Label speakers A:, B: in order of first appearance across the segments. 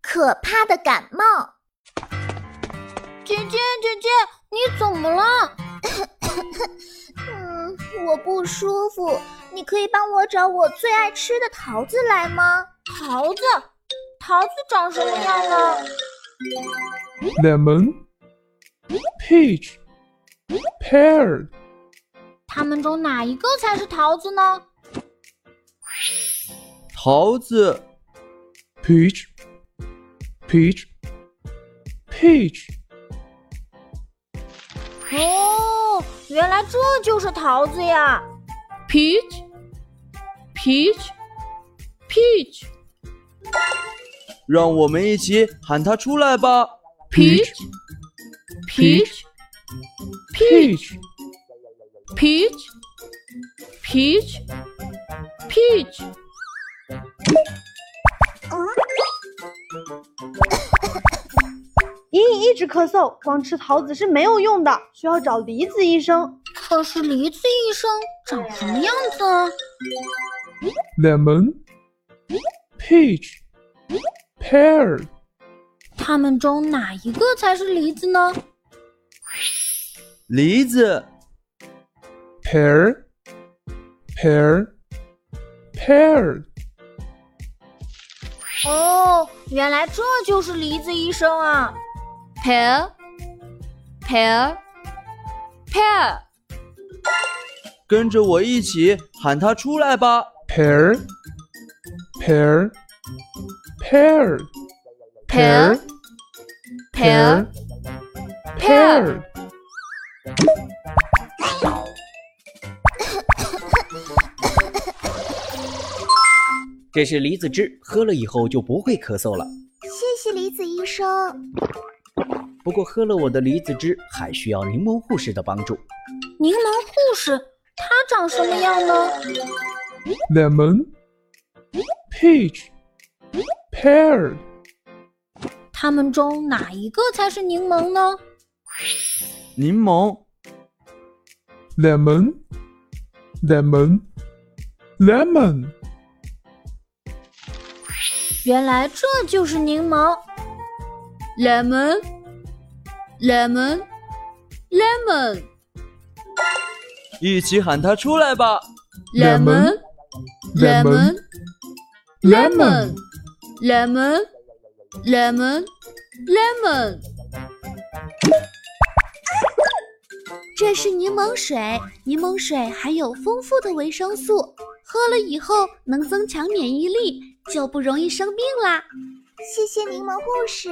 A: 可怕的感冒。
B: 姐姐，姐姐，你怎么了？
A: 嗯，我不舒服，你可以帮我找我最爱吃的桃子来吗？
B: 桃子，桃子长什么样呢？
C: Lemon, peach, pear,
B: 它们中哪一个才是桃子呢？
D: 桃子，
C: peach, peach, peach。
B: 哦，原来这就是桃子呀！
E: peach, peach, peach,
D: 让我们一起喊它出来吧。
E: peach, peach,
C: Peach. peach,
E: peach, peach, peach.
F: 莹莹一直咳嗽，光吃桃子是没有用的，需要找梨子医生。
B: 可是梨子医生长什么样子啊？
C: lemon, peach, pear,
B: 它们中哪一个才是梨子呢？
D: 梨子，
C: pear, pear, pear。
B: 哦，原来这就是梨子医生啊！
E: pear, pear, pear.
D: 跟着我一起喊它出来吧。
C: pear, pear, pear,
E: Pear,
C: pear, pear.
G: 这是梨子汁，喝了以后就不会咳嗽了。
A: 谢谢梨子医生。
G: 不过喝了我的梨子汁，还需要柠檬护士的帮助。
B: 柠檬护士，它长什么样呢？
C: lemon, peach, pear,
B: 它们中哪一个才是柠檬呢？
D: 柠檬，
C: lemon, lemon, lemon,
B: 原来这就是柠檬。
E: Lemon, lemon, lemon,
D: 一起喊它出来吧。
E: lemon,
C: Lemon, lemon,
E: lemon,
C: lemon,
E: lemon, lemon, lemon.
A: 这是柠檬水，柠檬水含有丰富的维生素，喝了以后能增强免疫力，就不容易生病啦。谢谢柠檬护士，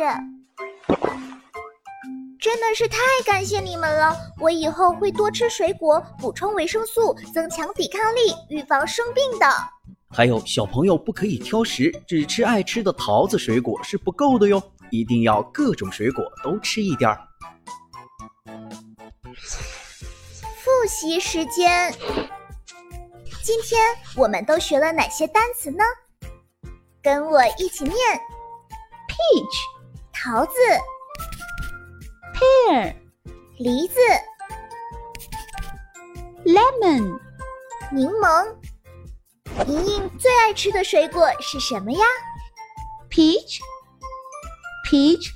A: 真的是太感谢你们了！我以后会多吃水果，补充维生素，增强抵抗力，预防生病的。
G: 还有小朋友不可以挑食，只吃爱吃的桃子、水果是不够的哟，一定要各种水果都吃一点儿。
A: 复习时间，今天我们都学了哪些单词呢？跟我一起念：peach，桃子；pear，梨子；lemon，柠檬。莹莹最爱吃的水果是什么呀？
E: Peach, peach,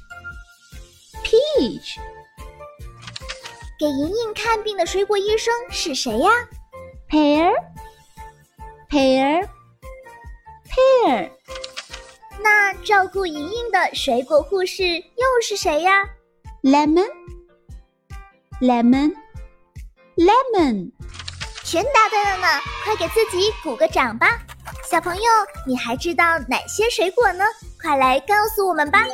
E: peach.
A: 给莹莹看病的水果医生是谁呀？
E: Pear, pear, pear.
A: 那照顾莹莹的水果护士又是谁呀？
E: Lemon, lemon, lemon.
A: 全答对了呢！快给自己鼓个掌吧，小朋友，你还知道哪些水果呢？快来告诉我们吧！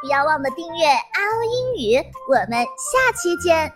A: 不要忘了订阅阿欧英语，我们下期见。